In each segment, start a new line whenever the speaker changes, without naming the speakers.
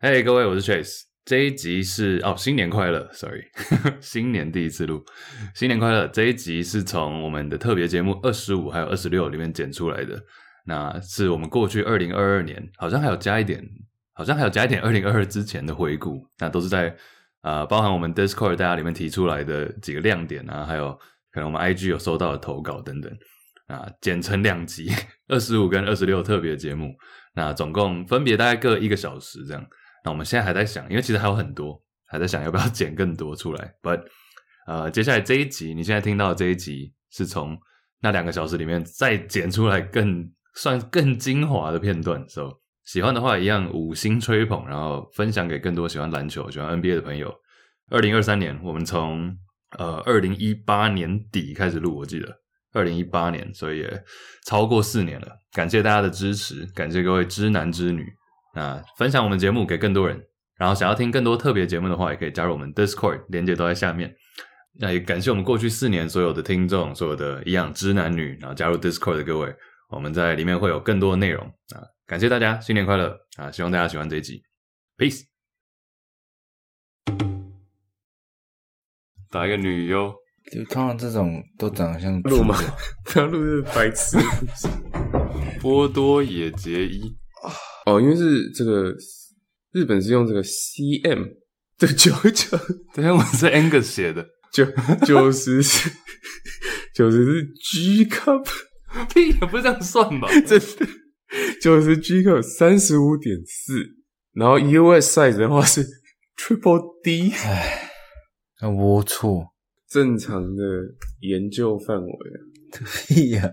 嘿、各位，我是 Chase。这一集是哦，新年快乐，sorry，新 年第一次录，新年快乐。这一集是从我们的特别节目二十五还有二十六里面剪出来的，那是我们过去二零二二年，好像还有加一点，好像还有加一点二零二二之前的回顾，那都是在呃，包含我们 Discord 大家里面提出来的几个亮点啊，还有可能我们 IG 有收到的投稿等等啊，剪成两集，二十五跟二十六特别节目，那总共分别大概各一个小时这样。那我们现在还在想，因为其实还有很多，还在想要不 要剪更多出来。But 呃，接下来这一集，你现在听到的这一集是从那两个小时里面再剪出来更算更精华的片段。So 喜欢的话，一样五星吹捧，然后分享给更多喜欢篮球、喜欢 NBA 的朋友。二零二三年，我们从呃二零一八年底开始录，我记得二零一八年，所以也超过四年了。感谢大家的支持，感谢各位知男知女。那分享我们节目给更多人，然后想要听更多特别节目的话，也可以加入我们 Discord，连接都在下面。那也感谢我们过去四年所有的听众，所有的一样知男女，然后加入 Discord 的各位，我们在里面会有更多的内容啊！感谢大家，新年快乐啊！希望大家喜欢这一集，Peace。打一个女优，
就通常这种都长得像
录吗
猪的？
不要录这个白痴。
波多野结衣，
哦，因为是这个日本是用这个 CM 对九九
对，我是 Angus 写的，
九九十是九十是 G cup，
屁，也不是这样算吧？
真的九十 G cup 三十五点四，然后 US size 的话是 triple D，
那龌龊，
正常的研究范围啊。
对呀，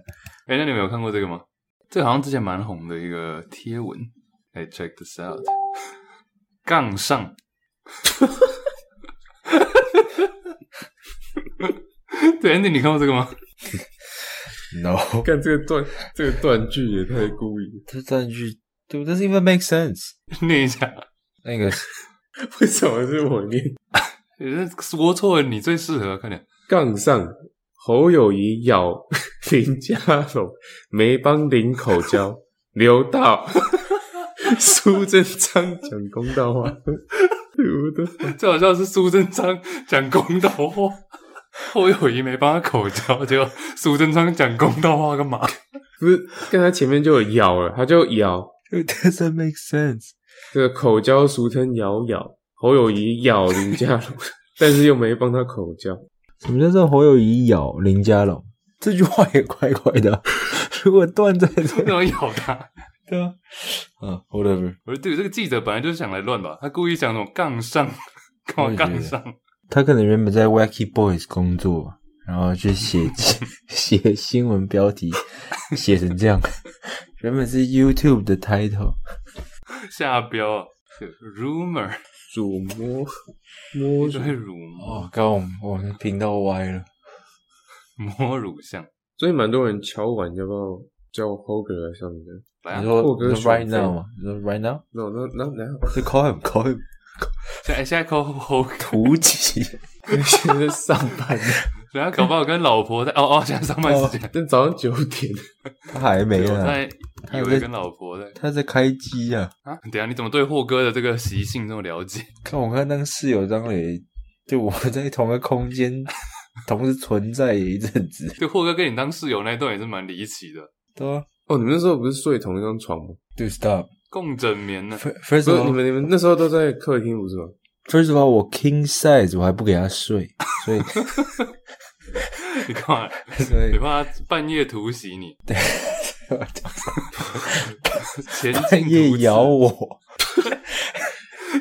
哎、那你们有看过这个吗？这个好像之前蛮红的一个贴文。哎、c h e c k this out，杠上，对，Andy，你看过这个吗？
no，
看这个断这个断句也太故意了，
这断句 d doesn't even make sense。
念一下，
那 个
为什么是我念？
你这说错了，你最适合，快点。
杠上侯友谊咬 林家龙，没帮林口交，刘道苏贞昌讲公道话，对不对？
最好笑的是苏贞昌讲公道话，侯友谊没帮他口交，结果苏贞昌讲公道话干嘛？
不是，跟他前面就有咬了，他就咬
it doesn't make sense。
这个口交，俗称咬咬。侯友谊咬林家龙，但是又没帮他口交，
什么叫做侯友谊咬林家龙？这句话也怪怪的 啊。如果断在这
为什，么咬他？
对 啊，嗯，whatever。
我说对，这个记者本来就是想来乱吧，他故意讲那种杠上，干嘛杠上？
他可能原本在 Wacky Boys 工作，然后去 写写新闻标题，写成这样。原本是 YouTube 的 title，
下标啊对，rumor
主摸摸
就
主，
会辱摸
哦，刚刚我们我们频道歪了。
摸乳像，
所以蛮多人敲碗要不要叫侯哥来上的？
来啊
你！说
霍格
你说 right
选妃
now 吗？你说 right now？
那那那那
就 call him call him
现在现在扣猴，
图奇，
现在上班，
人家搞不好啊跟老婆在哦哦，现在上班时间，
但早上九点，
他还没
我
呢，
在以为跟老婆在
他在开机啊！
啊。等一下你怎么对霍哥的这个习性这么了 解？
看我看那个室友张磊，对我们在同个空间同时存在也一阵子，
对霍哥跟你当室友那一段也是蛮离奇的，
对啊
哦，你们那时候不是睡同一张床吗？
，do stop。
共枕眠呢。
Fir- First
不
of
是，你
all,
们你们那时候都在客厅不是 吗？
first of all，我 king size，我还不给他睡， 所以
你干嘛？
所以
你怕他半夜突袭你？ 前进
半夜
突刺
咬我，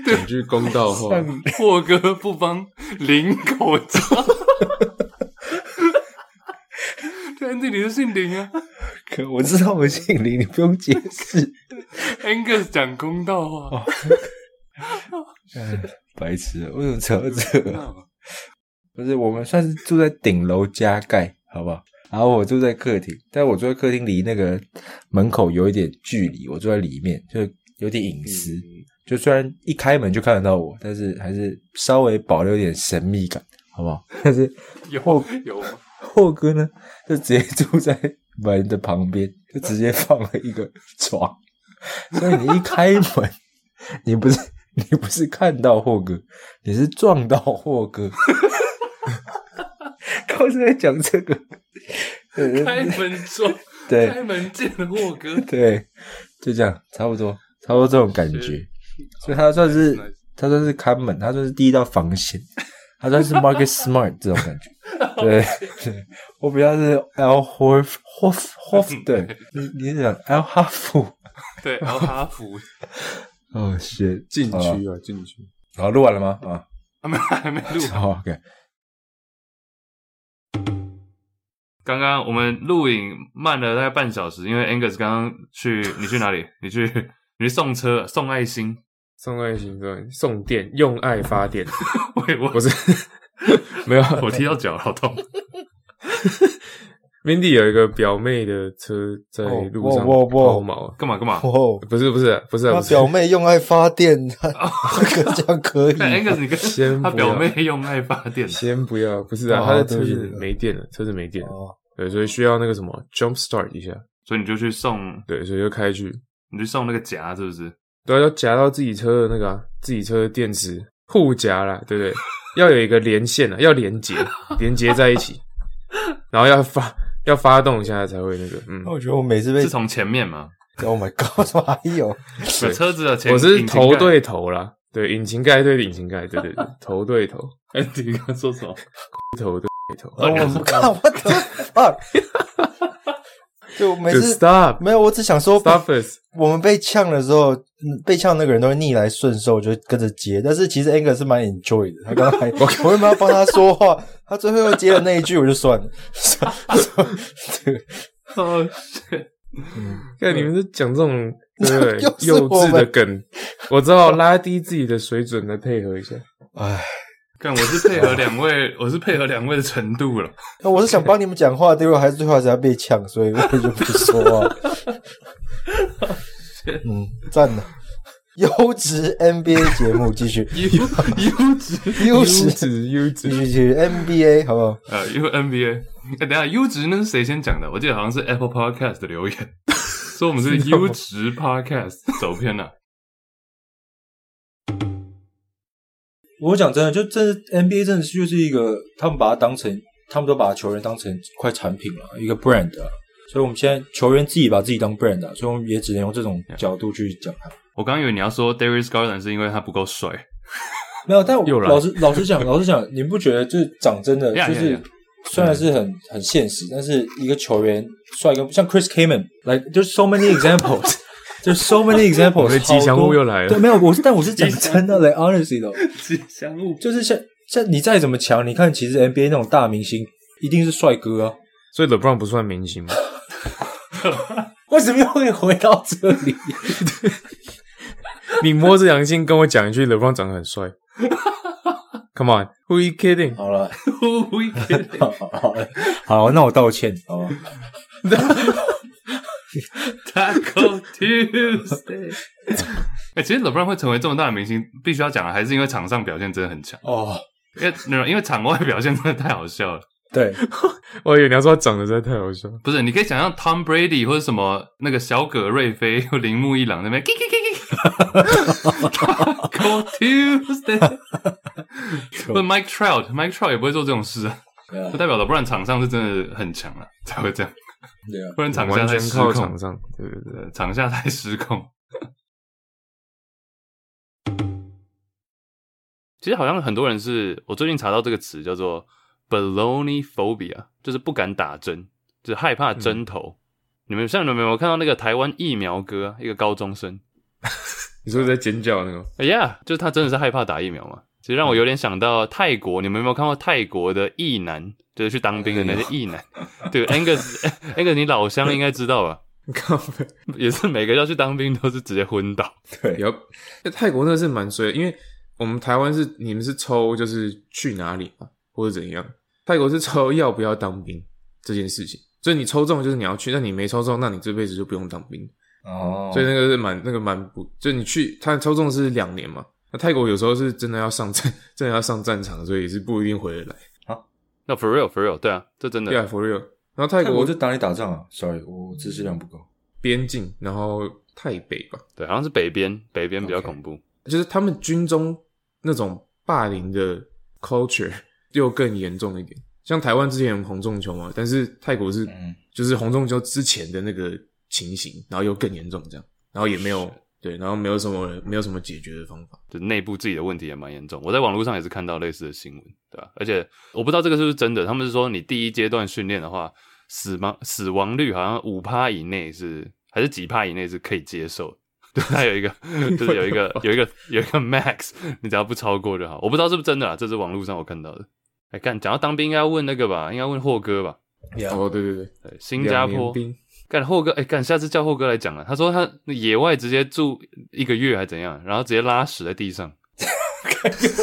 讲句公道话，
哦 上
霍哥不帮林口罩。 对，这里就姓林啊。
可我知道我姓林，你不用解释。
Angus 讲公道话，
哎 白痴，为什么扯到这个？
那
不是，我们算是住在顶楼加盖，好不好？然后我住在客厅，但我住在客厅离那个门口有一点距离，我住在里面，就有点隐私。就虽然一开门就看得到我，但是还是稍微保留一点神秘感，好不好？ 但是
有
霍
有
霍哥呢，就直接住在门的旁边，就直接放了一个床，所以你一开门，你不是你不是看到霍哥，你是撞到霍哥。刚才在讲这个，对
开门撞，
对
开门见了霍哥，
对，就这样，差不多，差不多这种感觉
是。
所以他算哦是
Nice
他算是看门，他算是第一道防线，他算是 Market Smart 这种感觉。 对，对我比较是 L Hof Hof Hof 对，你你是讲 L 哈弗？
对，然后哈佛
哦，是
禁
好了
区
嗯
啊，禁区。
好，录完了吗？啊，
他们还没录。
好，OK，
刚刚我们录影慢了大概半小时，因为 Angus 刚刚去，你去哪里？你去你去送车送爱心，
送爱心，送爱心送电，用爱发电，
喂我
不是 没有。
我踢到脚好痛，
Mindy 有一个表妹的车在路
哦
上
哇哇哇
抛锚，
干嘛干 嘛？
哦，
不是不是不是啊
他
不是，
表妹用爱发电， 他这个这样可以 吗
但哎
哎
Angus 你
先
跟
不
他
要
表妹用爱发电，
先不要，不是啊，
哦
他的车
对
子
对对
没电了，车子没电了，
哦，
对，所以需要那个什么 jump start 一下，
所以你就去送，
对，所以就开去，
你去送那个夹是不是？
对啊，要夹到自己车的那个啊，自己车的电池互夹啦，对不对？要有一个连线啊，要连接，连接在一起，然后要发要发动一下才会那个，嗯
哦
那，我觉得我每次被
是从前面嘛，
Oh my God，怎 么还有？
有车子的前，
我是
引擎盖
头对。头啦，对，引擎盖对引擎盖，对对对，头对头，
哎，你刚刚说什么？
对头。
然 后我不看，哦我的 fuck，就每
To
次
stop
没有，我只想说，
stop us，
我们被呛的时候，嗯被呛那个人都会逆来顺受，就跟着接。但是其实 Angus 是蛮 enjoy 的，他刚 才我为什么要帮他说话？他最后又接了那一句，我就算了。
哦，
看你们是讲这种对不对
嗯 又是
幼
我
稚
们
的梗，我只好拉低自己的水准来配合一 下。
哎，
看我是配合两位，我是配合两位的程度了。
那我是想帮你们讲话，结果还是最后还是要被呛，所以我就不说话。嗯，赞的，优质 NBA 节目继续，
优优质，
优
优
质
质优
继
质，
续继续 NBA 好不好？
呃，因为 NBA，哎、等一下优质那是谁先讲的？我记得好像是 Apple Podcast 的留言， 说我们是哦优质 Podcast 走偏了。
我讲真的，就真的 NBA 真的是就是一个，他们把它当成，他们都把球员当成一块产品了，一个 brand 啊。所以我们现在球员自己把自己当 brand 啊，所以我们也只能用这种角度去讲它。
我刚以为你要说 Darius Garland 是因为他不够 帅，
没有，但我
又来
老实老实 讲，老实讲，你不觉得就是讲真的，
呀
就
呀
是
呀
虽然是很很现实，但是一个球员帅跟像 Chris Kaman，来、like, 就是 so many examples，就是 so many
我
examples，
的吉祥
好
物
多
又来
对，
了。
没有，我是但我是讲真的嘞，honestly 的，
吉祥物
就是像像你再怎么强，你看其实 NBA 那种大明星一定是帅哥啊，
所以 LeBron 不算明星吗？
为什么又会回到这 里？
你摸着良心跟我讲一句，LeBron 长得很帅。Come on，Who are you kidding？
好了，
wicked，
好好好了，好了，那我道歉，好吧？
Taco Tuesday。哎、其实 LeBron 会成为这么大的明星，必须要讲的啊还是因为场上表现真的很强，
哦，
因为 因为场外表现真的太好笑了。
对，
我以为你要说他长得实在太好笑。
不是，你可以想象 Tom Brady 或者什么那个小葛瑞菲或铃木一朗那边 k i k i k i k Go Tuesday，不是 Mike Trout，Mike Trout 也不会做这种事啊，
对啊
就代表了，不然场上是真的很强了、啊才会这样，
对啊，
不然场下
完
太
全
失
靠
控，
场上，对对对。
呃场下太失控。 其实好像很多人是我最近查到这个词叫做 baloney phobia，就是不敢打针，就是害怕针头。你们像你们有没有看到那个台湾疫苗哥啊，一个高中生？
你说在尖叫那个？
哎呀，就是他真的是害怕打疫苗嘛。其实让我有点想到泰国，你们有没有看过泰国的役男，就是去当兵的那些役男？对，Angus Angus，你老乡应该知道吧？
靠背。
也是每个要去当兵都是直接昏倒。
有，哎泰国真的是蛮衰的，因为我们台湾是你们是抽就是去哪里嘛，或者怎样，泰国是抽要不要当兵这件事情，所以你抽中就是你要去，那你没抽中，那你这辈子就不用当兵，
哦
所以那个是蛮那个蛮不，就你去他抽中是两年嘛，那泰国有时候是真的要上战， 真的要上战场，所以是不一定回得来。
那 for real for real，对啊，这真的。
对啊，for real。然后泰
我
国
就打你打仗啊，sorry，我知识量不够。
边境，然后泰北吧，
对，好像是北边，北边比较恐怖。
就是他们军中那种霸凌的 culture 又更严重一点。像台湾之前有红中球嘛，但是泰国是、
嗯
就是红中球之前的那个情形，然后又更严重这样，然后也没有对，然后没有什么没有什么解决的方法。
就内部自己的问题也蛮严重。我在网络上也是看到类似的新闻，对吧、而且我不知道这个是不是真的，他们是说你第一阶段训练的话，死亡死亡率好像五趴以内是还是几趴以内是可以接受。 对，它有一个，就是有一个有一个有一个 max，你只要不超过就好。我不知道是不是真的啊啦，这是网络上我看到的。哎，干，讲到当兵，应该要问那个吧，应该问霍哥吧？
哦，对对对，
对，新加
两年
坡
兵
干霍哥，哎、干，下次叫霍哥来讲了。他说他野外直接住一个月还怎样，然后直接拉屎在地上。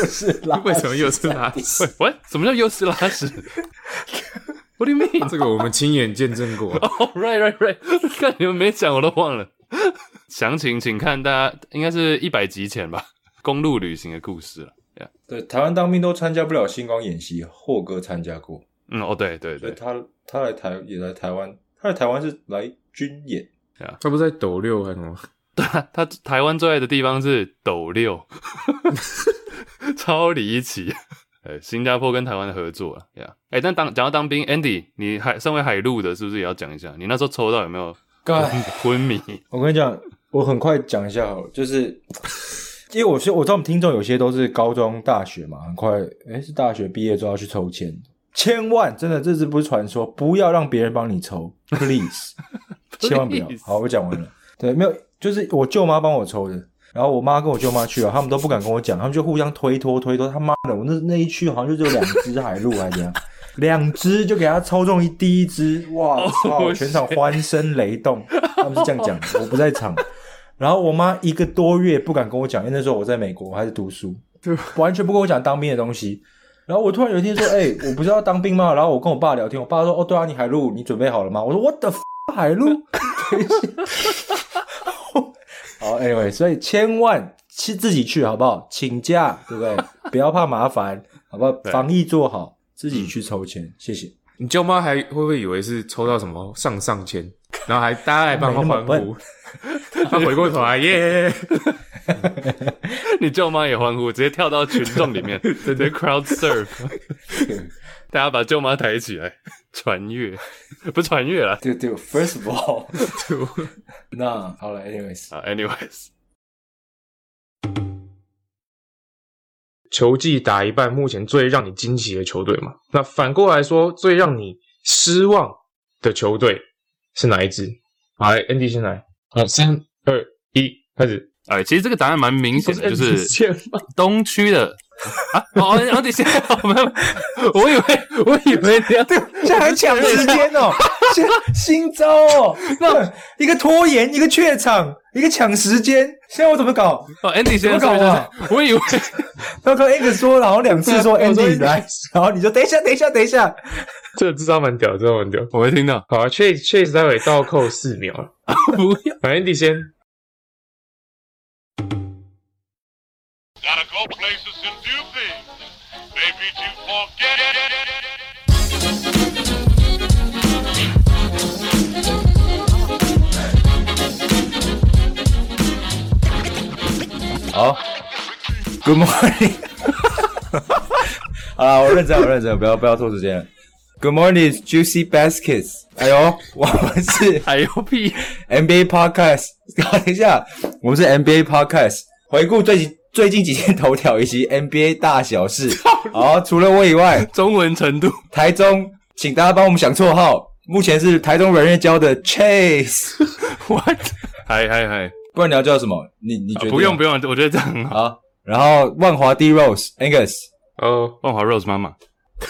是 啦，
为什么又是他？
喂喂，什么叫又是拉屎？What do you mean？
这个我们亲眼见证过。
哦、r i g h t right right，看你 们没讲我都忘了。详情请看大家应该是一百集前吧，公路旅行的故事了。Yeah
对，台湾当兵都参加不了星光演习，霍哥参加过，
嗯，哦，对对
所以
对，
他他来台也来台湾，他来台湾是来军演，
他不是在抖六还是什么？
他他台湾最爱的地方是斗六， 超离奇。呃，新加坡跟台湾的合作啊，呀、yeah，哎、但当讲到当兵，Andy，你海身为海陆的，是不是也要讲一下？你那时候抽到有没有
干，
昏迷？
我跟你讲，
我很快讲一下好了，就是因为我是我知道我们听众有些都是高中、大学嘛，很快诶是大学毕业之后要去抽签，千万真的这是不是传说，不要让别人帮你 抽，please，千万不要
Please。
好，我讲完了。对，没有，就是我舅妈帮我抽的。然后我妈跟我舅妈去啊，他们都不敢跟我讲，他们就互相推脱推脱。他妈的，我那那一去好像就只有两只海陆还是怎样，两只就给他抽中一第一只，哇我操！
Oh,
全场欢声雷动，他们是这样讲的，我不在场。然后我妈一个多月不敢跟我讲，因为那时候我在美国，我还是读书，完全不跟我讲当兵的东西。然后我突然有一天说：“哎、我不是要当兵吗？”然后我跟我爸聊天，我爸说：“哦，对啊，你海陆，你准备好了吗？”我说：“我的海陆。等一下”好，anyway，所以千万是自己去好不好？请假，对不 对？不要怕麻烦，好不好？
对
防疫做好，自己去抽签，谢谢。
你舅妈还会不会以为是抽到什么上上签，然后还大家还帮她欢
没那
呼？ 她回过头来耶，
你舅妈也欢呼，直接跳到群众里面，直接 crowd surf，大家把舅妈抬起来，传阅，不是传阅啦。
对对，first of all，那好了，anyways，
啊，anyways，
球季打一半，目前最让你惊喜的球队嘛？那反过来说，最让你失望的球队是哪一支？好来，Andy 先来，好，三二一，开始。
哎，其实这个答案蛮明 显的，就
不 Andy
是
先吗
东区的啊，哦，然后等一下， 我们，我以为，我以为你要
现在还抢时间 哦，现在新招哦，那一个拖延，一个怯场，一个抢时间，现在我怎么搞？
哦，Andy 先
怎么搞啊
说一下我以为
他跟 Angus 说了，好像两次说
我说
Andy 来， 然后你就等一下，等一下，等一下，
这个智商蛮屌，智商蛮屌。
我没听到，
好啊，Chase Chase 待会倒扣四秒了，
不要，
好，Andy 先。
Gotta go places and do things. They beat you forget it.
好，Good morning，啊，我认真，我认真，不要不要拖时间了。Good morning, it's Juicy Baskets。哎呦，我们是
哎呦屁，
NBA Podcast。等一下，我们是 NBA Podcast，回顾最近最近几天头条以及 NBA 大小事。好，除了我以外，
中文程度，
台中，请大家帮我们想绰号。目前是台中软院教的 Chase，
what？嗨嗨嗨，
不然你要叫什么？你你觉得、
啊不用不用，我觉得这样很好。
好。然后万华 D Rose Angus，
哦，
万华 Rose 妈妈，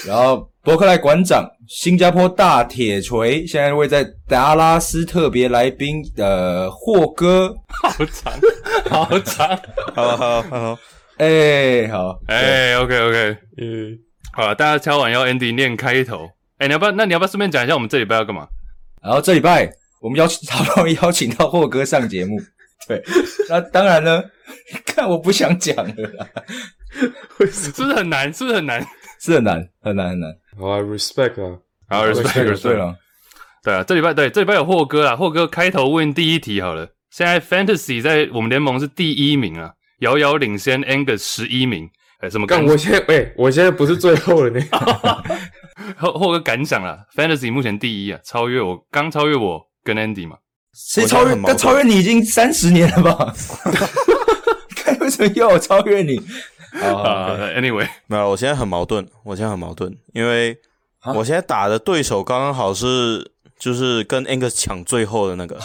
然后伯克莱馆长，新加坡大铁锤，现在会在达拉斯特别来宾呃霍哥。
好长，好长。
哎、好，
哎，OK OK，
嗯，
好了，大家敲完要 Andy 念开头。哎、你要不要？那你要不要顺便讲一下我们这礼拜要干嘛？
然后这礼拜我们邀请好不容易邀请到霍哥上节目，对，那当然呢， 看我不想讲了啦，
是不是很难？是不是很难？
是很难很难很难，
好啊，respect 啊，
好，respect
对
respect。
了。
对啊，这礼拜对这礼拜有霍哥啊，霍哥开头问第一题好了。现在 Fantasy 在我们联盟是第一名啊，遥遥领先 Angus 十一名。哎，什么
干，
感
我现在，哎、我现在不是最后了呢。
后后个感想啊？Fantasy 目前第一啊，超越我，刚超越我跟 Andy 嘛。
谁
我觉得
超越
很？矛
但
盾
超越你已经三十年了 吧？ 看为什么要我超越你？
啊、a n y w a y
没有，我现在很矛盾，我现在很矛盾，因为
啊
我现在打的对手刚刚好是就是跟 Angus 抢最后的那 个，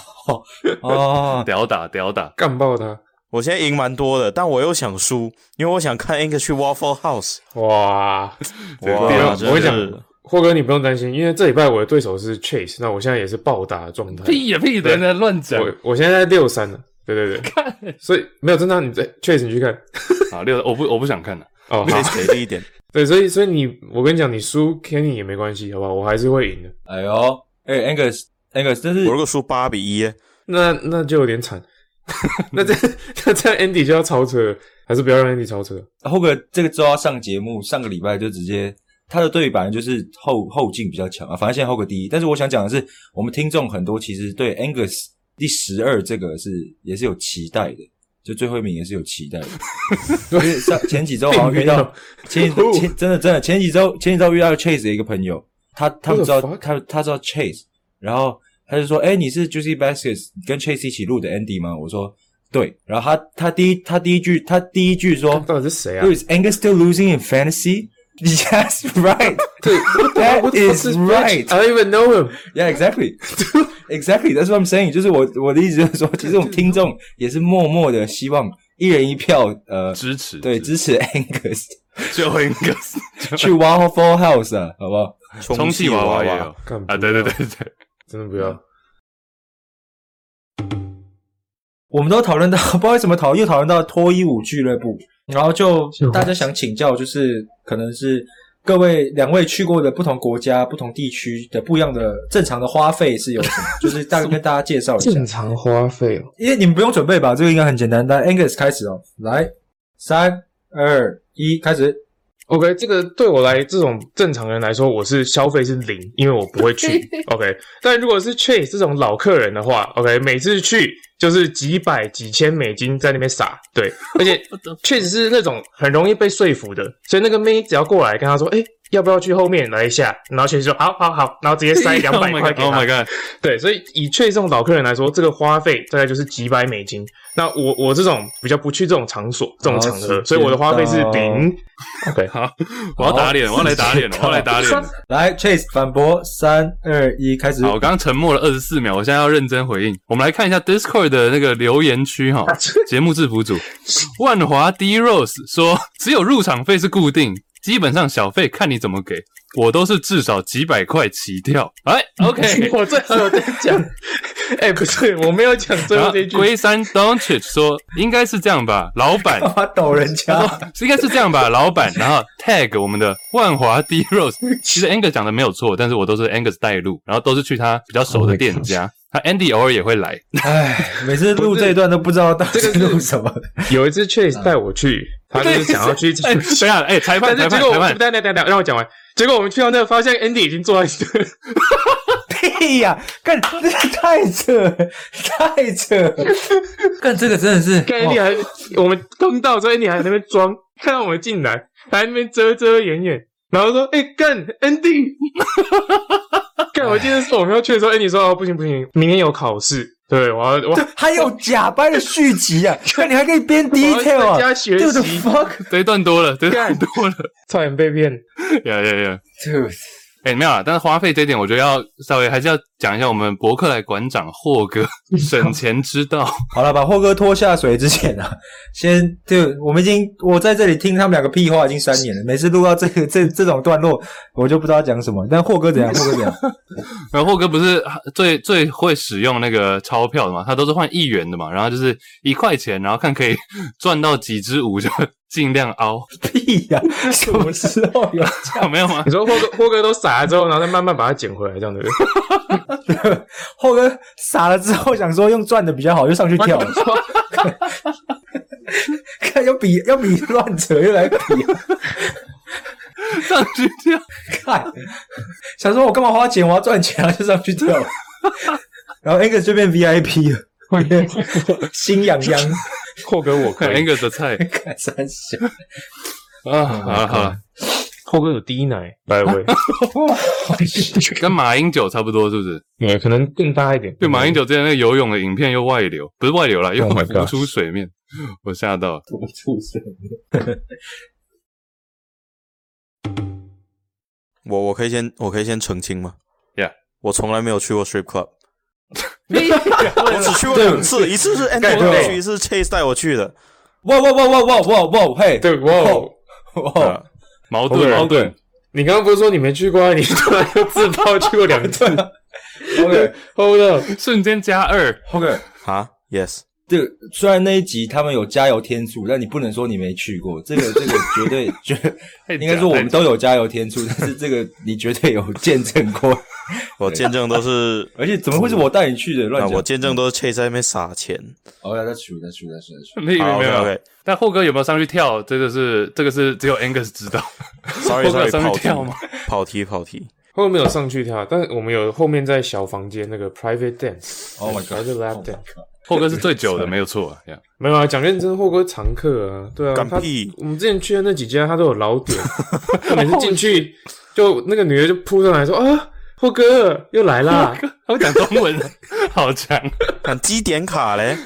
哦，
屌打屌打，
干爆他！
我现在赢蛮多的，但我又想输，因为我想看 Angus 去 Waffle House。
哇，
对
哇，
啊
真的
我想
是
霍哥你不用担心，因为这礼拜我的对手是 Chase，那我现在也是暴打的状态。
屁呀、屁的，
对
那乱讲
我我现在在六三了，对对对，看，所以没有真的啊，你在 Chase 你去看
啊！六，我不 我不想看了、
哦，
可以
好，
给力一点。
对，所以所以你，我跟你讲，你输 Kenny 也没关系，好不好？我还是会赢的。
哎呦，哎，Angus，Angus，这是
我如果输八比一，
那那就有点惨， 那这 那这样 Andy 就要超车了，还是不要让 Andy 超车？
后个这个周要上节目，上个礼拜就直接他的对比本来就是后后劲比较强啊，反正现在后个第一。但是我想讲的是，我们听众很多其实对 Angus 第十二这个是也是有期待的，就最后一名也是有期待 的。因为上前几周好像遇
并没
到
有
前几
哦
前真的真的前几周前几周遇到 Chase 的一个朋友，他他们知道
What the fuck？
他他知道 Chase，然后他就说：“哎、你是 Juicy Baskets 跟 Chase 一起录的 Andy 吗？”我说：“对。”然后他他第一他第一句他第一句说：“
到底是谁啊
Louis, Angus still losing in fantasy? Yes, right.
对
That is right.
I don't even know him。
Yeah, exactly. exactly. That's what I'm saying. 就是我我的意思就是说，其实我们听众也是默默的希望一人一票，呃，
支持
对，
支
支持 Angus
最后一个
去 Waffle House 啊，好不好？
充
气
气
娃
娃
也有
干
啊，对对，对对，
真的不要。
我们都讨论到， 不知道为什么讨又讨论到脱衣舞俱乐部，然后就大家想请教，就是可能是各位两位去过的不同国家、不同地区的不一样的正常的花费是有什么？就是大概跟大家介 绍一下。
常花费哦。
因为你们不用准备吧，这个应该很简单。来，Angus 开始哦，来，三二一，开始。
OK，这个对我来这种正常人来说，我是消费是零，因为我不 会去。OK，但如果是 Chase 这种老客人的话，OK，每次去就是几百几千美金在那边撒，对， 而且确实是那种很容易被说服的，所以那个妹只要过来跟他说，哎、要不要去后面来一下？然后 Chase 说好好好，然后直接塞两百块 给
Oh
他。
my god！
对，所以以确这种老客人来说，这个花费大概就是几百美金。那我我这种比较不去这种场所、这种场合，所以我的花费是零。OK，好，
我要打脸，我要来打脸，我要来打脸。
来，Chase 反驳，三二一，开始。
好，我刚刚沉默了二十四秒，我现在要认真回应。我们来看一下 Discord 的那个留言区
啊
哈，节目制服组万华 D Rose 说，只有入场费是固定，基本上小费看你怎么给，我都是至少几百块起跳。哎，OK，
我最后有在讲， 哎、不是，我没有讲最
然
后
后
这一句。
龟山 Donchich 说，应该是这样吧，老 板。
干嘛抖人
他
家？
说应该是这样吧，老板，然后 tag 我们的万华 D Rose。其实 Angus 讲的没有错，但是我都是 Angus 带路，然后都是去他比较熟的店
哦
家。他 Andy 偶尔也会来，
哎，每次录这一段都不知道到底
这个是
录什么。
有一次 Chase 带我去，他啊就是想要去。
哎，等一下，哎，裁判，
但
裁
是
判，
结果
裁
我
判
们，等等等等，让我讲完。结果我们去到那，发现 Andy 已经坐在那。
屁呀、干，这太扯，太扯。干，这个真的是，
看 Andy
哦
还，我们刚到之后，Andy 哎还在那边装，看到我们进来，还在那边遮遮掩掩，然后说：“哎、干，Andy，干！我今天说我们要去的时候，Andy 说：哦，不行不行，明天有考试，对我要我
还有假掰的续集 啊！看，你还可以编 detail
我要在家
啊
学
？Dude
习
fuck，
这一段多了，这一
啊
段多了，
差点被骗。
呀呀呀！
dude，
哎，没有啊，但是花费这一点，我觉得要稍微还是要讲一下我们博客来馆长霍哥 省钱之 道。
好了，把霍哥拖下水之前啊，先就我们已经我在这里听他们两个屁话已经三年了，每次录到这个这这种段落，我就不知道讲什么。但霍哥怎样？霍哥怎 样？
然后霍哥不是 最最会使用那个钞票的嘛，他都是换一元的嘛，然后就是一块钱，然后看可以赚到几支舞就 尽量凹，
屁呀、什么时候有？
没有 吗
你？说霍哥霍哥都傻了之后，然后再慢慢把它捡回来，这样子。
霍哥傻了之后想说用转的比较好，就上去跳了。看， 要比要比乱扯又来比、
上去跳，
看，想说我干嘛花钱，我要赚钱啊，就上去跳。然后 Angus 就变 VIP 了。
心痒 痒，
霍格我可以
Angus 的菜
看三小，
啊，好了 好了，
霍格有低奶，百威，
跟马英九差不多是不是？
对，可能更大一点。
对，马英九之前那个游泳的影片又外流，不是外流啦，又
Oh my
浮
gosh
出水面，我吓到了。
我畜生。
我我可以先我可以先澄清吗
Yeah
我从来没有去过 strip club，
你
我只去过两次，一次是 Andy 带我去，一次是 Chase 带我去的。
哇哇哇哇哇哇哇！嘿，
对，哇哦，
哇，
啊
矛
好多
盾
人
矛盾，
你刚刚不是说你没去过啊？你突然又自曝去过两次。OK，Hold up，
瞬间加二，
，OK，
啊，Yes，
这个虽然那一集他们有加油天数，但你不能说你没去过，这个这 个绝对绝，
太假
应该说我们
太假
都有加油天数，但是这个你绝对有见证 过，
我见证都是
而且怎么会是我带你去的？乱
啊，
讲，
我见证都是 Chase 在那边撒钱。
哦，要再数，再数，再数，再 数。
没有
好
没有没有。
，OK，
但霍哥有没有上去跳？这个是这个是只有 Angus 知道。
sorry
我没有上
sorry，
去
跑题
跳吗
跑题跑题，
后面没有上去跳，但是我们有后面在小房间那个 private dance。
Oh my
god，private lap dance。
霍 哥是最久的，没有错。这样
没有啊，讲认真，霍哥常客啊，对啊，
干
他
屁
我们之前去的那几家，他都有老 点，他每次进去就那个女的就扑上来说啊，霍哥又来 啦，
他会讲中文， 好强！
看积点卡嘞，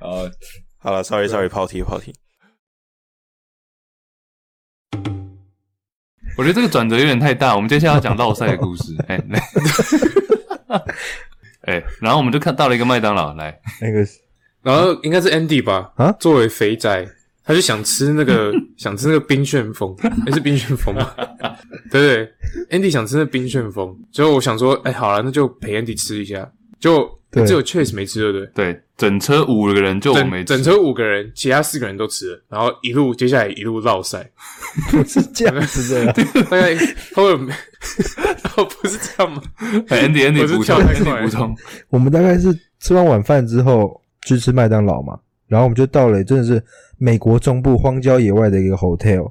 哦，
好了，sorry sorry，跑题跑题。
我觉得这个转折有点太大。我们接下来要讲绕赛的故事。 哎，来哎，然后我们就看到了一个麦当劳，来，
那个
然后应该是 Andy 吧，
啊
作为肥宅，他就想吃那 个想吃那个冰旋风，诶是冰旋风吗？ 对不对？Andy 想吃那冰旋风，所以我想说，哎、好了，那就陪 Andy 吃一下，就
对
只有 Chase 没吃，对不对？
对，整车五个人就我没
整
吃
整车五个人，其他四个人都吃了，然后一路接下来一路绕赛，
是这样子的啦，
大概他会有， 哦不是这样吗？
哎，Andy
我
Andy
是
补充
跳太快
，Andy 补充，
我们大概是吃完晚饭之后去吃麦当劳嘛，然后我们就到了真的是美国中部荒郊野外的一个 hotel，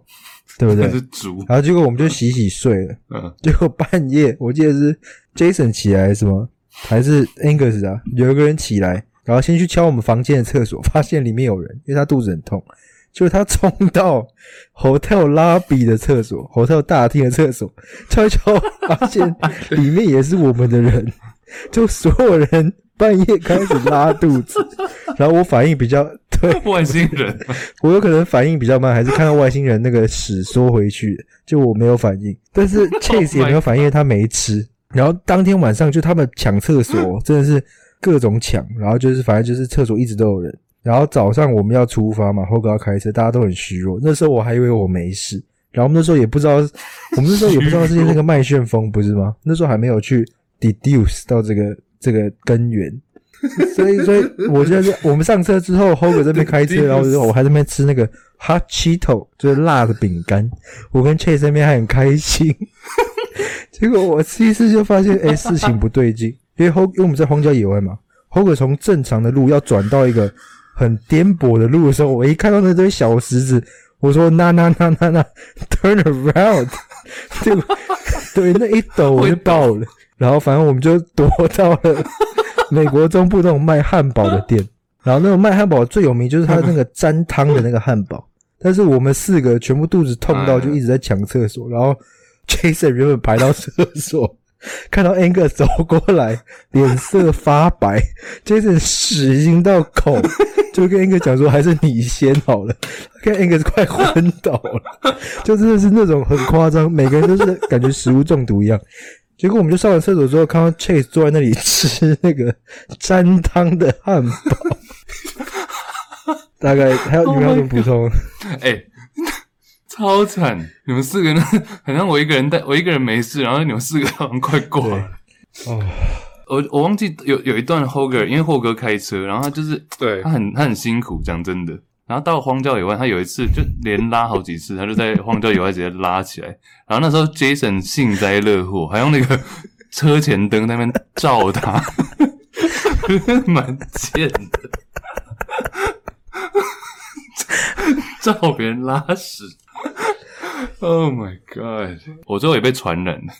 对不对
这？是猪，
然后结果我们就洗洗睡了，
嗯，
结果半夜我记得是 Jason 起来是吗？还是 Angus 啊？有一个人起来，然后先去敲我们房间的厕所，发现里面有人，因为他肚子很痛，结果他冲到 hotel lobby 的厕所，hotel 大厅的厕所，敲一敲，发现里面也是我们的人，就所有人半夜开始拉肚子，然后我反应比较对，
外星人，
我有可能反应比较慢，还是看到外星人那个屎缩回去，就我没有反应。但是 Chase 也没有反应，他没吃。然后当天晚上就他们抢厕所，真的是各种抢，然后就是反正就是厕所一直都有人。然后早上我们要出发嘛，后哥要开车，大家都很虚弱。那时候我还以为我没事，然后我们那时候也不知道，我们那时候也不知道是那个麦旋风不是吗？那时候还没有去 deduce 到这个这个根源， 所以所以我觉得是我们上车之后后哥这边开车，然后我就我还在那边吃那个 hot cheeto，就是辣的饼干，我跟 Chase 那边还很开心。 结果我吃一次就发现，哎、事情不对劲，因为后因为我们在荒郊野外嘛，后哥从正常的路要转到一个很颠簸的路的时候，我一看到那堆小石子，我说那那那那那 turn around，对 吧对，那一抖我就爆了，然后反正我们就躲到了美国中部那种卖汉堡的店，然后那种卖汉堡最有名就是它那个沾汤的那个汉堡，但是我们四个全部肚子痛到就一直在抢厕所，然后 Jason 原本排到厕所。 看到 Angus 走过来，脸色发白，Jason 屎已经到口，就跟 Angus 讲说：“还是你先好了。”看 Angus 快昏倒了，就真的是那种很夸张，每个人都是感觉食物中毒一样。结果我们就上完厕所之后，看到 Chase 坐在那里吃那个沾汤的汉堡，大概还有你们要怎么补充？
哎。超惨！你们四个人， 好像我一个人带，我一个人没事，然后你们四个好像快挂了。
哦，
我我忘记有有一段霍格，因为霍格开车，然后他就是
对
他很他很辛苦，讲真的。然后到荒郊野外，他有一次就连拉好几次，他就在荒郊野外直接拉起来。然后那时候 Jason 幸灾乐祸，还用那个车前灯在那边照他， 蛮贱的， 照别人拉屎。 Oh my god！我最后也被传染了，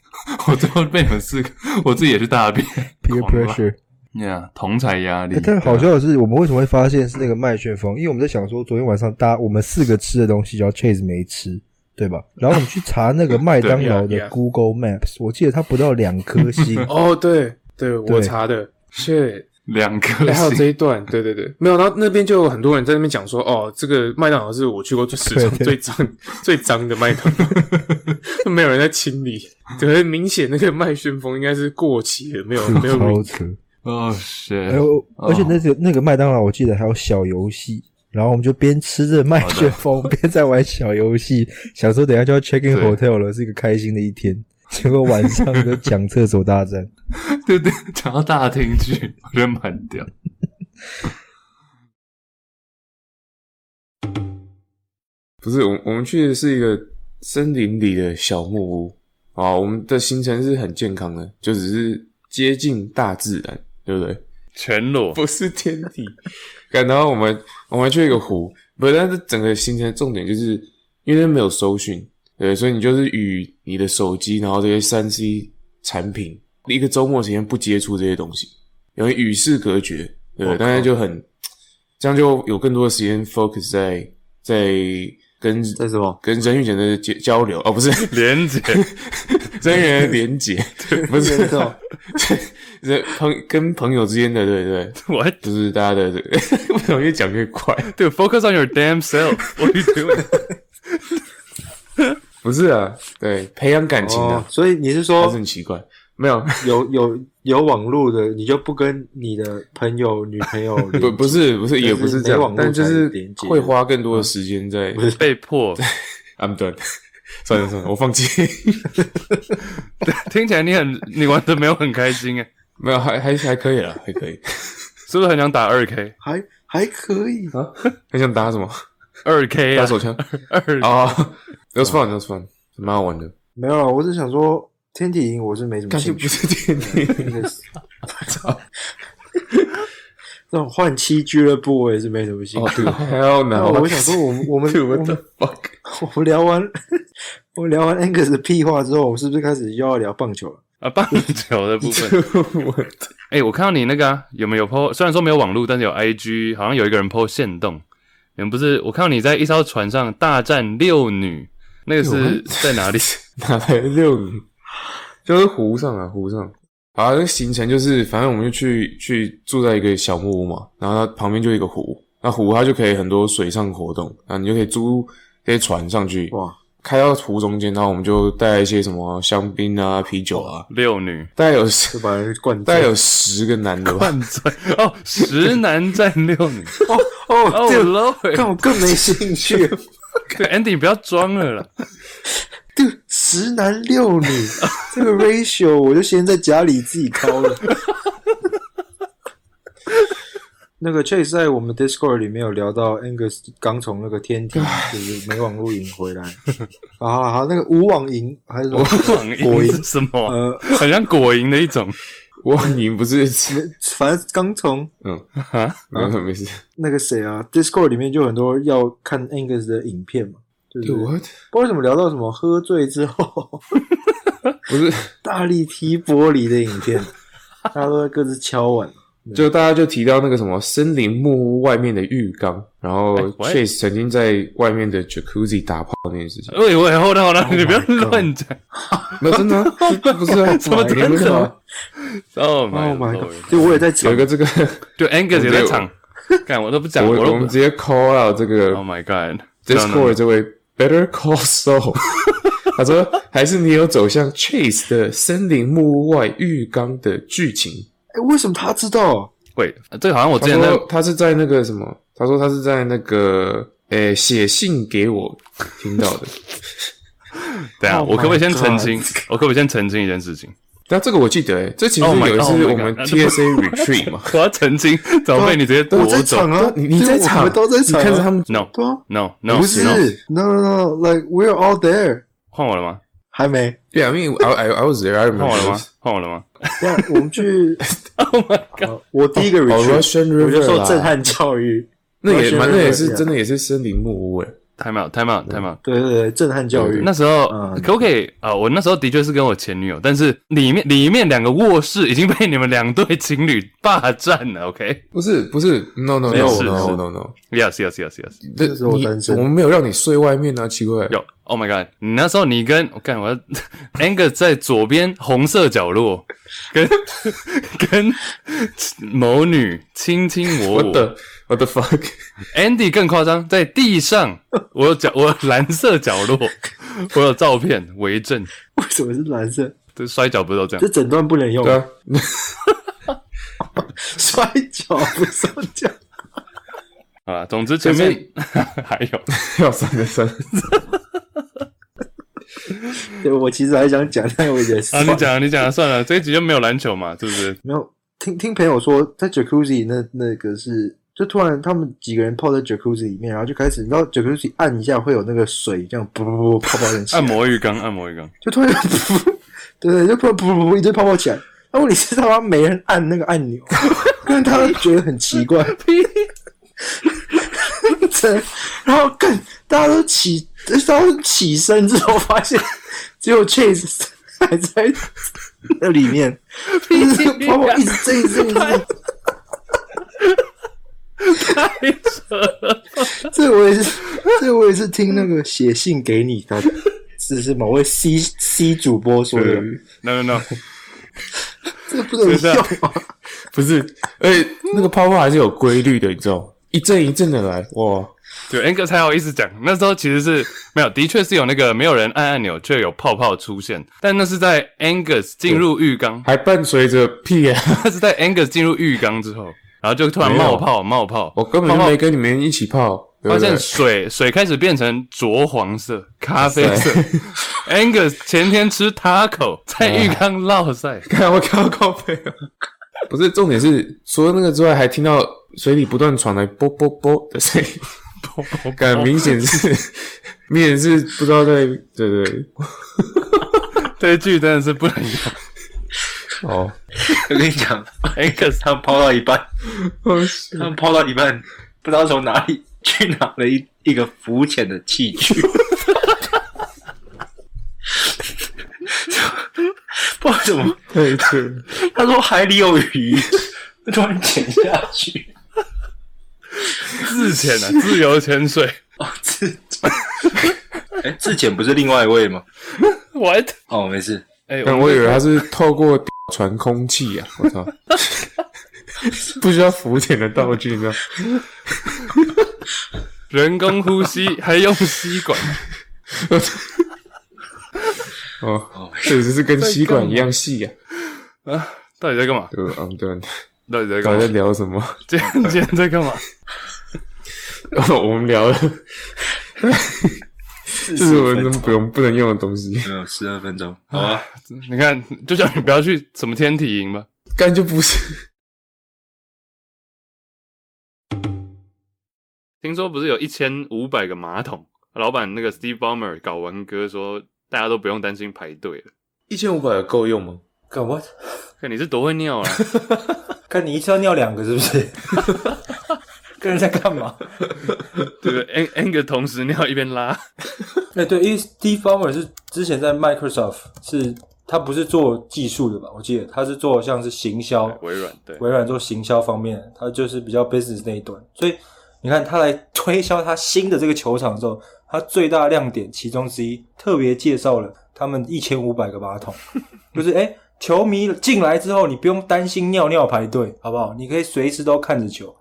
我最后被你们四个，我自己也是大便。
peer
狂拉
pressure。
Yeah，同才压力
哎
欸。
啊
但好笑的是，我们为什么会发现是那个麦旋风？因为我们在想说，昨天晚上大家我们四个吃的东西，然后 Chase 没吃，对 吧？然后我们去查那个麦当劳
对啊，yeah，yeah
的 Google Maps，我记得它不到两颗星。
哦，对对，我
对
查的，shit，
两颗
哎还有这
星，
一段，对对对，没有，然后那边就有很多人在那边讲说，哦，这个麦当劳是我去过最史上
对
最脏、最脏的麦当劳，没有人在清理，对，很明显那个麦旋风应该是过期了，没有 没有啊
超
re-
扯！
哦、shit！
还有，
哦
而且那个那个麦当劳，我记得还有小游戏。然后我们就边吃着麦旋
哦
风，边在玩小游戏，想说等一下就要 check in
对
hotel 了，是一个开心的一天。结果晚上就抢厕所大战。
对对，讲到大厅去，我觉得蛮屌。
不是，我我们去的是一个森林里的小木屋啊，我们的行程是很健康的，就只是接近大自然，对不对？
全裸
不是天体。干然后我们我们去一个湖，不是，但是整个行程的重点就是因为那边没有搜寻，对，所以你就是与你的手机，然后这些三 C 产品，一个周末时间不接触这些东西，因为与世隔绝，
我靠
对，但是就很这样就有更多的时间 focus 在在跟
在什么？
跟人与人的交交流，哦，不是
连接，
人与人的连接， 不是
这种
人朋跟朋友之间的，对对，
我 还
就是大家的，为什么越讲越快？
对 focus on your damn self。What are you doing？
不是啊，对，培养感情
哦
啊，，
所以你是
还
说
是很奇怪。没 有，
有有有网络的，你就不跟你的朋友、女 朋友连
不不是不是
就是
也不是这
没
样
网，络
但就
才
是
连接嗯
会花更多的时间在。
被迫，
I'm done，算了 算了，我放弃。
听起来你很你玩的没有很开心哎，
没有，还还还可以啦，还可以。
是不是很想打二 k？
还还可以，
啊很想打什么？
二 k
打
啊，
手 枪
二
啊 ？That was fun，that was fun，蛮好玩 的。
没有啊，我只想说天体营我是没什么
但是
兴
不
趣，
是天地，
那种换妻俱乐部我也是没什么兴
哦
趣。
对，Hell
那
no！
哦我想说我们， 我们我
Dude，what
们
the fuck？
我们聊完我聊完 Angus 的屁话之后，我们是不是开始又要聊棒球了？
啊，棒球的部分。哎、我看到你那个啊，有没有 PO？虽然说没有网络，但是有 IG，好像有一个人 PO 线动。你们不是？我看到你在一艘船上大战六女，那个
啊
是在哪里？
哪来的六女？就是湖上啊，湖上。啊，那个行程就是，反正我们就去去住在一个小木屋嘛，然后它旁边就有一个湖，那湖它就可以很多水上活动，啊，你就可以租这些船上去，
哇，
开到湖中间，然后我们就带一些什么香槟啊、啤酒啊，
六女
大概有
就
十，
把人灌
大概
醉。
有十个男的吧，
犯罪哦，十男战六女。
哦，
哦
这个
，Lord，
看我更没兴趣，
对 Andy，你不要装了啦。
这个十男六女这个 ratio 我就先在家里自己掏了。 那个 Chase 在我们 Discord 里面有聊到 Angus 刚从那个天庭就是没网路营回来，好好好，那个无网营还是什么
网
果
银
蝇
是什么啊？
呃，
很像果蝇的一种。
我你不是吃，
反正刚从
嗯，
啊
没事没事，
那个谁啊，Discord 里面就很多要看 Angus 的影片嘛，就是不知
What？
道为什么聊到什么喝醉之后
不是，
大力踢玻璃的影片，大家都在各自敲碗。
就大家就提到那个什么森林木屋外面的浴缸，然后
哎喂
Chase 曾经在外面的 Jacuzzi 打炮那件事情，
喂喂，后头好了，
Oh
你不要乱讲。
那真 的啊这不是啊？
怎么
你
真
不知
的
道
啊
啊？
Oh my
Oh my
god！
god！就我也在场
有一，个这个，
就 Angus 也在 场，干我都不啊讲，
我
我
我
都不
们。直接 call out 这个
Oh my god！
Discord 这位 Better Call Soul，他说还是你有走向 Chase 的森林木屋外浴缸的剧情。
哎，为什么他知道？
喂，这个好像我之
他
前在
说他是在那个什么？他说他是在那个诶、写信给我听到的。
等一下，
Oh
我可不可以先
my god
澄清？我可不可以先澄清一件事情？
但这个我记得、欸，这其实
Oh my
有一
god, oh
次
my
我们
god.
TSA retreat 嘛，
我要澄清，怎么被你直接夺
我在
走
场啊，
你你在
就
场
我们都在
你
场啊，
看着他们
？No
对啊，
No No，
不是
no
，no no no，like we're all there，
换我了吗？
还没。
，Yeah，I mean 啊 I I I was there, I
换我了
remember.
吗？换我了吗？
那我们去 ，Oh my god！我第一个
Oh,
retreat，
Russian
我就
River
受震
啦，
撼教育，
那也
Russian
蛮那也
River，
是
yeah
真的也是森林木屋诶，欸
time out time out time out。
对对对，震撼教育。
那时候、
嗯
可不可以啊、我那时候的确是跟我前女友，但是里面里面两个卧室已经被你们两对情侣霸占了。OK，Yes
不是不是，no no
没有
no
是
no
是
no no，
Yes Yes Yes。
这
时候
你
单身
我们没有让你睡外面啊，奇怪，
有，Oh my God！你那时候你跟我看我要 Angus 在左边红色角落，跟跟某女卿卿我
我
我。
的我的 fuck，
Andy 更夸张，在地上，我有角，我有蓝色角落，我有照片为证。
为什么是蓝色？
这摔跤不是都这样
这？整段不能用
啊对，啊，
摔跤不摔跤。
好啦，总之前面还有，
要三个三，
对我其实还想讲，但我也是
啊，你讲，你讲，算了，这一集就没有篮球嘛，是不是？
没有听听朋友说，在 jacuzzi 那那个是，就突然他们几个人泡在 jacuzzi 里面，然后就开始，你知道 jacuzzi 按一下会有那个水这样噗噗噗泡泡人起来
按摩浴缸，按摩浴缸，
就突然噗，对对，就突然噗噗噗一堆泡泡起来。那问题是他妈没人按那个按钮，因为他们觉得很奇怪。真，然后更大家都起，大家都起身之后发现，只有 Chase 还在那里面，就是泡泡一直震，一直震，一直震。这我也是，这我也是听那个写信给你的，只是某位 C C 主播说的，
no no no，
这不能
是啊
用啊！
不是，而且那个泡泡还是有规律的，你知道吗？一阵一阵的来，哇，
对 N 哥才好意思讲，那时候其实 是没有，的确是有那个没有人按按钮，却有泡泡出现，但那是在 Angus 进入浴 缸，
还伴随着屁啊！
那是在 Angus 进入浴缸之后，然后就突然冒泡冒泡，
我根本就没跟你们一起泡，对
发
不对
现水水开始变成浊黄色、咖啡色。Angus 前天吃 taco，在
哎
浴缸落 晒，
看我看到靠背了。不是，重点是除了那个之外，还听到水里不断传来啵啵啵的声 音，感明显是，明显是不知道在对对
这一句真的是不能用。
哦，
我跟你讲
哎
，Angus 他们抛到一半，
哦
他们抛到一半，不知道从哪里去拿了一 一个浮潜的器具， 不知道怎么，
对对，
他说海里有鱼， 突然潜下去，
自潜啊， 自由潜水。
哦，自， 哎，自潜不是另外一位吗？
What？
哦，没事，
哎、
但
我
我以为他是透过传空气啊，我操， 不需要浮潜的道具，你知道？
人工呼吸还用吸管，
哦，确实是跟吸管一样细啊，
到底在干嘛？
对吧？嗯，对，
到底在干
刚才在
嘛？
聊什么？
今天今天在干嘛？
我们聊了，这是我们不用不能用的东西。
没有十二分钟，好
啊
吧，
你看，就叫你不要去什么天体营吧。
干就不是。
听说不是有一千五百个马桶？老板那个 Steve Ballmer 搞完歌说，大家都不用担心排队了。
一千五百够用吗？
干 what？
看你是多会尿啊！
看你一次要尿两个是不是？跟人在干嘛？
对不对？N N 个同时尿一边拉，
哎、对，因为 Steve Ballmer 是之前在 Microsoft 是他不是做技术的吧？我记得他是做像是行销，
微软对。
微软做行销方面，他就是比较 business 那一端，所以你看他来推销他新的这个球场的时候，他最大亮点其中之一，特别介绍了他们一千五百个马桶， 就是哎、诶球迷进来之后，你不用担心尿尿排队，好不好？你可以随时都看着球，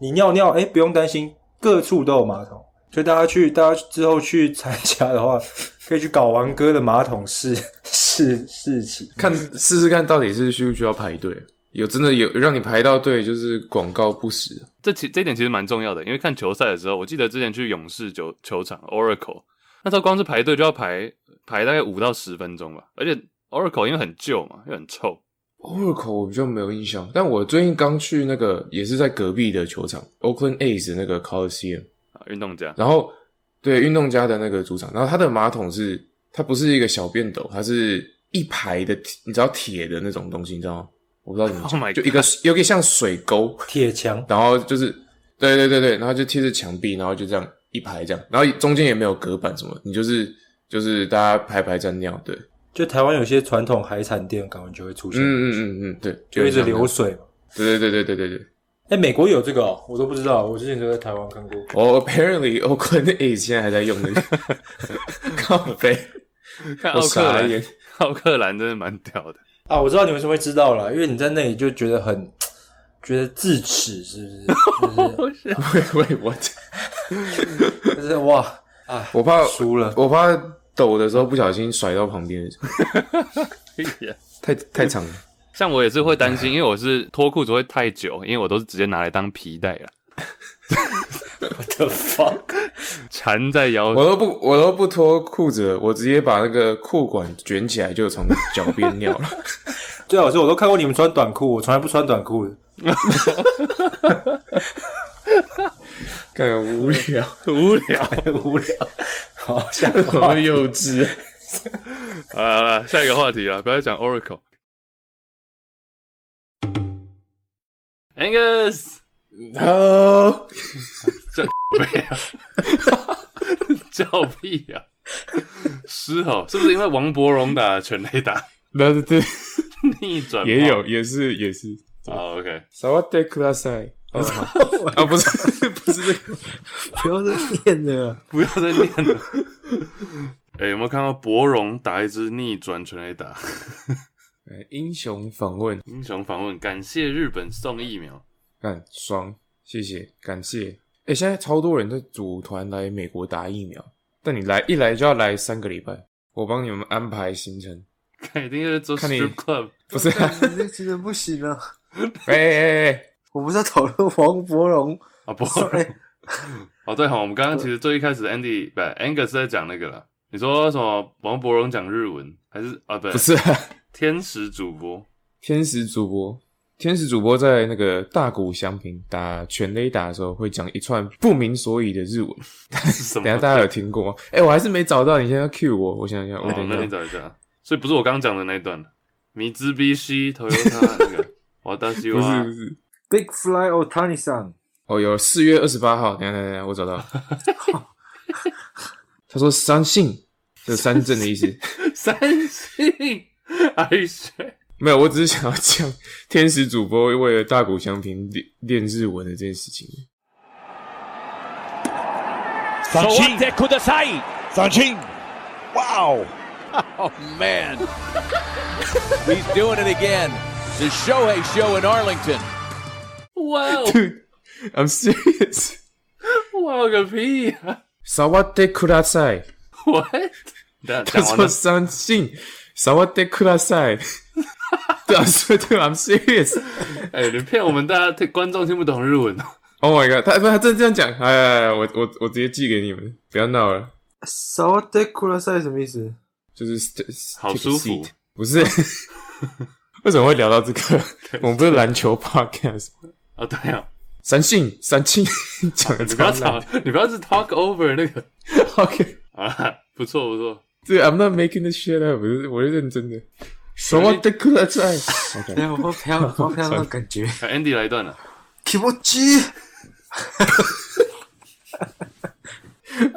你尿尿哎、诶不用担心，各处都有马桶，所以大家去，大家之后去参加的话， 可以去搞完哥的马桶试 试试起。
看试试看到底是需不需要排队？有真的有让你排到队，就是广告不实。
这其这一点其实蛮重要的，因为看球赛的时候，我记得之前去勇士球球场 Oracle，那时候光是排队就要排排大概五到十分钟吧，而且 Oracle 因为很旧嘛，又很臭，
Oracle 我比较没有印象，但我最近刚去那个也是在隔壁的球场 Oakland A's 的那个 Coliseum，
啊，运动家
然后对运动家的那个主场，然后它的马桶是它不是一个小便斗，它是一排的，你知道铁的那种东西，你知道吗？我不知道怎么
Oh my
讲，
God
就一个有点像水沟，
铁墙
然后就是对对对对，然后就贴着墙壁，然后就这样一排这样，然后中间也没有隔板什么，你就是就是大家排排站尿，对，
就台湾有些传统海产店，感觉就会出
嗯
现，
嗯嗯嗯，对，
就一直流
有
水嘛。
这样，对对对对对对对。
哎、美国有这个、哦，我都不知道，我之前就在台湾看过。
哦、a p p a r e n t l y Oakland A 现在还在用 那个靠背，
看
我
奥克
傻
兰
眼，
奥克兰真的蛮屌的。
啊，我知道你为什么会知道了，因为你在那里就觉得很觉得自耻，是不是？就是
喂喂，我
就是哇，哎，
我怕
输了。
我怕抖的时候不小心甩到 旁边，太太长了。
像我也是会 担心，因为我是脱裤子会太久，因为我都是直接拿来当皮带了，
的 fuck，
缠在腰。
我都不我都不脱裤子了，我直接把那个裤管卷起来，就从脚边尿了。
对啊，我说我都看过你们穿短裤，我从来不穿短裤的。
干 无聊，
无聊。
无 聊，好下一
怎
个
么幼稚？
好了好了，下一个话题啊了，不要再讲 Oracle。Angus，
哦，
叫屁呀、狮吼是不是因为王伯荣打全垒打
那对对，
逆转炮
也有也是也是。
好 OK，
萨瓦德克拉塞 啊，不是 不是这个，
不要再念了。
不要再念了。 哎、有没有看到伯荣打一支逆转全垒打？
哎英雄访问，
英雄访问，感谢日本送疫苗。
干爽，谢谢，感谢。哎，现在超多人在组团来美国打疫苗，但你来一来就要来三个礼拜，我帮你们安排行程。
看，一定是做
看你
strip club。
不是、啊，
这真的不行了。
哎哎哎，
我不是在讨论王伯 荣，哎
啊，不
Sorry
哦，对哈，我们刚刚其实最一开始 Andy 不 Angus 在讲那个了。你说什么？王伯荣讲日文还是啊？不，
不是、啊。
天使主 播。
天使主播，天使主播在那个大谷翔平打全垒打的时候，会讲一串不明所以的 日文。
是什么
等一下大家有听过吗？哎、我还是没找到，你现在要 cue 我，我想想，我
哦，
等
那你
一下。
找一下。所以不是我刚刚讲的那一段。米兹比西 Toyota 那个，我大西
不
哇
是不，是，
Big Fly Otani San，
哦，有四月二十八号，等一下等一下等一下，我找到。 他说三信，这三振的意思。
三星，哎谁？
没有，我只是想要讲天使主播为了大谷翔平练练日文的这件事情。
三振ってください三振 Wow! Oh, man. He's doing it again. The Shohei Show in Arlington.
哇哦
I'm serious.
哇哦个屁呀
萨瓦德库拉塞。
！What？等一下
他
讲完了
说相信萨瓦德克拉塞。 对啊，所以对啊，I'm serious。
哎，你骗我们大家听观众听不懂日文哦。
Oh my god，他不，他真的这样讲。哎哎，哎我我我直接寄给你们，不要闹了。
s a d e k u r a s a 什么意思？
就是 st-
好
take a
舒服
seat，不是？ 为什么会聊到这个？我们不是篮球 podcast 吗。
啊，对啊，
三信 三庆讲的
你不要
超
吵
烂。，
你不要是 talk over 那个
OK，
啊，不错不错，
对，I'm not making this shit up，我是我是认真的。萨瓦德克拉 塞。OK，
哎，我好漂亮，好漂亮的感觉。
啊 Andy 来一段了，
k i m o c h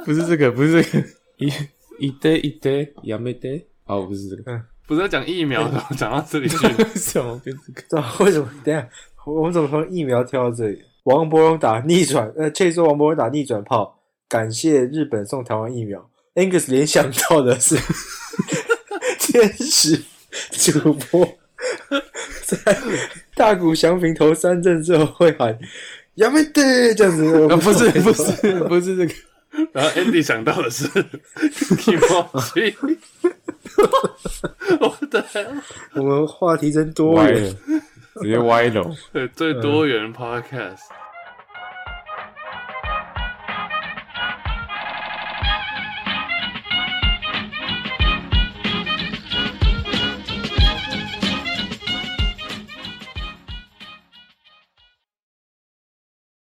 不是这个，不是这个，一一堆一堆杨梅堆，哦，不是这个，
不是在讲疫苗的，讲到这里去，
什么变这个？
对啊，为什么？等一下，我们怎么从疫苗跳到这里？王伯荣打逆转，呃，切说王伯荣打逆转炮，感谢日本送台湾疫苗。Angus 联想到的是 天使主播在大谷翔平投三振之后会喊“亚美德”这样子，我
呃
啊，不是
懂
不是不是这个，
然后 Andy 想到的是 emoji，我的
我们话题真多元。
直接歪了。
对最多元 podcast，